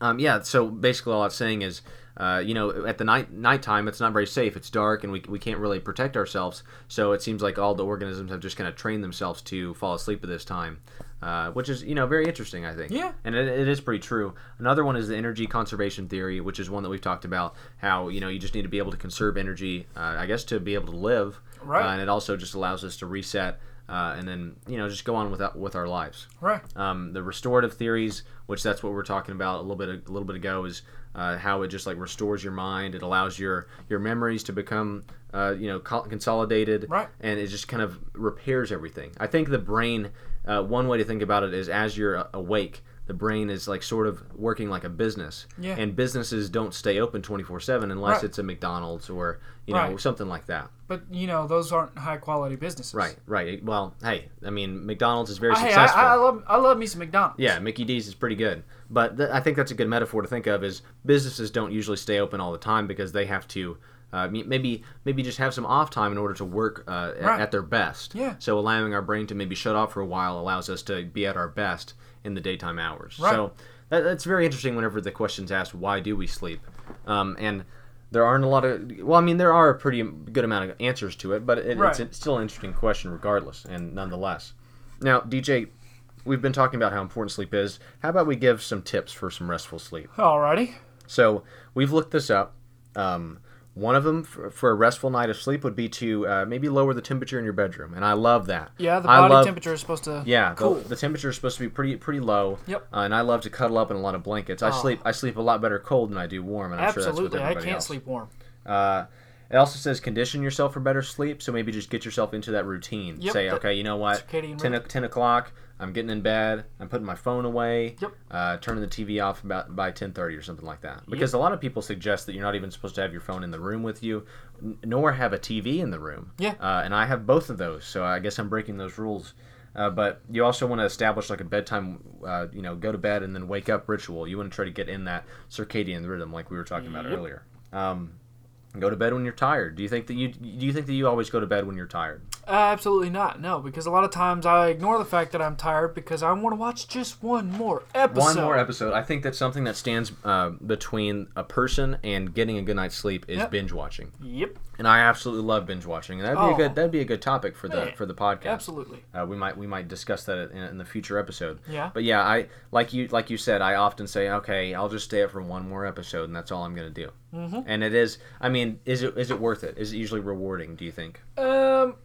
Speaker 2: Um, yeah, so basically all I'm saying is, uh, you know, at the night nighttime, it's not very safe. It's dark, and we, we can't really protect ourselves. So it seems like all the organisms have just kind of trained themselves to fall asleep at this time, uh, which is you know very interesting, I think.
Speaker 3: Yeah.
Speaker 2: and it, it is pretty true. Another one is the energy conservation theory, which is one that we've talked about. How you know you just need to be able to conserve energy, uh, I guess, to be able to live.
Speaker 3: Right.
Speaker 2: Uh, and it also just allows us to reset. Uh, and then you know just go on with with our lives
Speaker 3: Right.
Speaker 2: um, the restorative theories, which that's what we are talking about a little bit a little bit ago, is uh, how it just like restores your mind. It allows your your memories to become uh, you know co- consolidated,
Speaker 3: Right.
Speaker 2: And it just kind of repairs everything. I think the brain. Uh, one way to think about it is as you're a- awake, the brain is like sort of working like a business,
Speaker 3: Yeah.
Speaker 2: and businesses don't stay open 24/7 unless
Speaker 3: Right.
Speaker 2: it's a McDonald's or you know
Speaker 3: Right.
Speaker 2: something like that.
Speaker 3: But you know, those aren't high quality businesses.
Speaker 2: Right, right. Well, hey, I mean McDonald's is very
Speaker 3: Uh, Hey, I,
Speaker 2: successful.
Speaker 3: I love I love me some McDonald's.
Speaker 2: Yeah, Mickey D's is pretty good, but th- I think that's a good metaphor to think of. Is businesses don't usually stay open all the time because they have to uh, m- maybe maybe just have some off time in order to work uh, a-
Speaker 3: Right.
Speaker 2: at their best.
Speaker 3: Yeah.
Speaker 2: So allowing our brain to maybe shut off for a while allows us to be at our best in the daytime hours.
Speaker 3: Right.
Speaker 2: So that, that's very interesting. Whenever the question's asked, why do we sleep? Um, and there aren't a lot of well, I mean, there are a pretty good amount of answers to it, but it,
Speaker 3: Right.
Speaker 2: it's, it's still an interesting question regardless, and nonetheless. Now, DJ, we've been talking about how important sleep is. How about we give some tips for some restful sleep?
Speaker 3: Alrighty.
Speaker 2: So we've looked this up. Um, one of them for, for a restful night of sleep would be to uh, maybe lower the temperature in your bedroom, and I love that.
Speaker 3: Yeah, the
Speaker 2: I
Speaker 3: body
Speaker 2: love-
Speaker 3: temperature is supposed to.
Speaker 2: Yeah,
Speaker 3: Cool.
Speaker 2: the, the temperature is supposed to be pretty pretty low.
Speaker 3: Yep. Ah.
Speaker 2: Uh, and I love to cuddle up in a lot of blankets. I sleep I sleep a lot better cold than I do warm, and I'm sure that's
Speaker 3: Absolutely.
Speaker 2: with
Speaker 3: I
Speaker 2: everybody
Speaker 3: can't
Speaker 2: else.
Speaker 3: sleep warm.
Speaker 2: Uh, it also says condition yourself for better sleep, so maybe just get yourself into that routine.
Speaker 3: Yep,
Speaker 2: Say,
Speaker 3: that-
Speaker 2: okay, you know what,
Speaker 3: circadian
Speaker 2: 10, o-
Speaker 3: rhythm.
Speaker 2: 10 o'clock, I'm getting in bed, I'm putting my phone away,
Speaker 3: Yep.
Speaker 2: uh, turning the TV off about by 10.30 or something like that. Because a lot of people suggest that you're not even supposed to have your phone in the room with you, n- nor have a TV in the room.
Speaker 3: Yeah.
Speaker 2: Uh, and I have both of those, so I guess I'm breaking those rules. Uh, but you also want to establish like a bedtime, uh, you know, go to bed and then wake up ritual. You want to try to get in that circadian rhythm, like we were talking about
Speaker 3: Yep.
Speaker 2: earlier. Um, go to bed when you're tired. Do you think that you do you think that you always go to bed when you're tired?
Speaker 3: Uh, absolutely not. No, because a lot of times I ignore the fact that I'm tired because I want to watch just one more episode.
Speaker 2: One more episode. I think that's something that stands uh, between a person and getting a good night's sleep is
Speaker 3: Yep.
Speaker 2: binge watching,
Speaker 3: Yep.
Speaker 2: and I absolutely love binge watching. And that'd be
Speaker 3: Oh.
Speaker 2: a good that'd be a good topic for the
Speaker 3: Man.
Speaker 2: for the podcast.
Speaker 3: Absolutely.
Speaker 2: Uh, we might we might discuss that in, in the future episode.
Speaker 3: Yeah.
Speaker 2: But yeah, I like you like you said. I often say, okay, I'll just stay up for one more episode, and that's all I'm gonna do. Mm-hmm. And it is. I mean, is it is it worth it? Is it usually rewarding? Do you think?
Speaker 3: Um,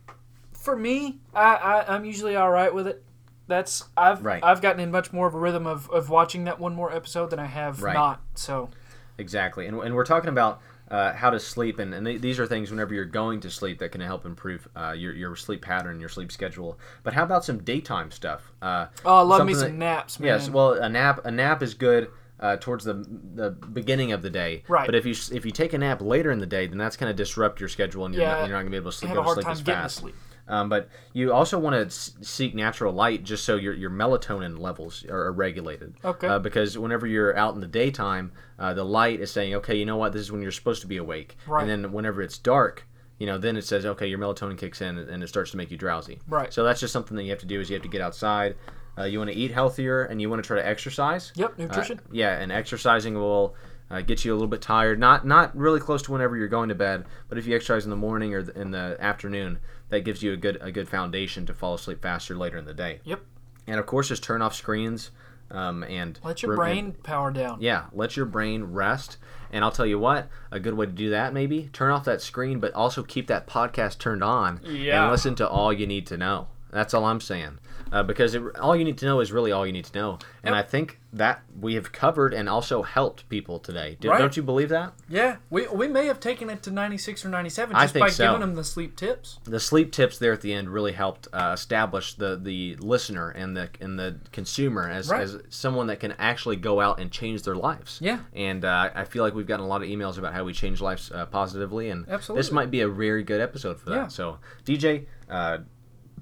Speaker 3: for me, I, I I'm usually all right with it. That's I've
Speaker 2: Right.
Speaker 3: I've gotten in much more of a rhythm of, of watching that one more episode than I have
Speaker 2: Right.
Speaker 3: not. So
Speaker 2: Exactly, and, and we're talking about uh, how to sleep, and, and th- these are things whenever you're going to sleep that can help improve uh, your your sleep pattern, your sleep schedule. But how about some daytime stuff? Uh,
Speaker 3: oh, I love me
Speaker 2: something
Speaker 3: some
Speaker 2: that-
Speaker 3: naps, man.
Speaker 2: Yes, well, a nap a nap is good. Uh, towards the the beginning of the day,
Speaker 3: Right.
Speaker 2: But if you s- if you take a nap later in the day, then that's going to disrupt your schedule, and you're,
Speaker 3: Yeah,
Speaker 2: not, you're not going to be able to
Speaker 3: I
Speaker 2: sleep,
Speaker 3: have
Speaker 2: go
Speaker 3: a
Speaker 2: to
Speaker 3: hard
Speaker 2: sleep
Speaker 3: time
Speaker 2: as
Speaker 3: getting to
Speaker 2: fast.
Speaker 3: sleep.
Speaker 2: Um, but you also want to s- seek natural light just so your, your melatonin levels are, are regulated.
Speaker 3: Okay.
Speaker 2: Uh, because whenever you're out in the daytime, uh, the light is saying, okay, you know what, this is when you're supposed to be awake.
Speaker 3: Right.
Speaker 2: And then whenever it's dark, you know, then it says, okay, your melatonin kicks in and it starts to make you drowsy.
Speaker 3: Right.
Speaker 2: So that's just something that you have to do is you have to get outside. Uh, you want to eat healthier and you want to try to exercise.
Speaker 3: Yep,
Speaker 2: Uh,
Speaker 3: nutrition.
Speaker 2: yeah, and exercising will uh, get you a little bit tired. Not not really close to whenever you're going to bed, but if you exercise in the morning or th in the afternoon, that gives you a good a good foundation to fall asleep faster later in the day.
Speaker 3: Yep.
Speaker 2: And of course, just turn off screens um, and
Speaker 3: Let your
Speaker 2: re-
Speaker 3: brain power down.
Speaker 2: yeah, let your brain rest. And I'll tell you what, a good way to do that maybe turn off that screen, but also keep that podcast turned on
Speaker 3: Yeah.
Speaker 2: and listen to all you need to know. That's all I'm saying, uh, because it, all you need to know is really all you need to know. And I think that we have covered and also helped people today. Do,
Speaker 3: Right.
Speaker 2: Don't you believe that?
Speaker 3: Yeah, we, we may have taken it to 96 or 97
Speaker 2: I
Speaker 3: just
Speaker 2: think
Speaker 3: by
Speaker 2: so.
Speaker 3: giving them the sleep tips.
Speaker 2: the sleep tips there at the end really helped uh, establish the, the listener and the and the consumer as,
Speaker 3: Right.
Speaker 2: as someone that can actually go out and change their lives.
Speaker 3: Yeah.
Speaker 2: And uh, I feel like we've gotten a lot of emails about how we change lives uh, positively, and
Speaker 3: Absolutely.
Speaker 2: this might be a very good episode for that.
Speaker 3: Yeah.
Speaker 2: So DJ, uh,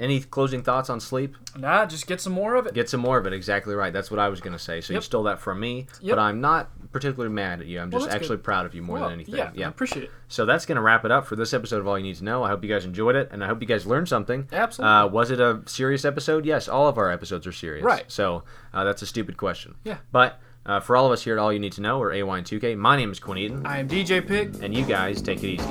Speaker 2: Any closing thoughts on sleep?
Speaker 3: Nah, just get some more of it.
Speaker 2: Get some more of it. Exactly right. That's what I was going to say. So you
Speaker 3: Yep.
Speaker 2: stole that from me,
Speaker 3: Yep.
Speaker 2: but I'm not particularly mad at you. I'm
Speaker 3: Well,
Speaker 2: just
Speaker 3: that's
Speaker 2: actually
Speaker 3: good.
Speaker 2: proud of you more
Speaker 3: Well,
Speaker 2: than anything.
Speaker 3: yeah, I appreciate it.
Speaker 2: So that's going to wrap it up for this episode of All You Need to Know. I hope you guys enjoyed it, and I hope you guys learned something.
Speaker 3: Absolutely.
Speaker 2: Uh, was it a serious episode? Yes, all of our episodes are serious.
Speaker 3: Right.
Speaker 2: So uh, that's a stupid question.
Speaker 3: Yeah.
Speaker 2: But uh, for all of us here at All You Need to Know, or AY2K, my name is Quinn Eaton,
Speaker 3: I am DJ Pig.
Speaker 2: and you guys take it easy.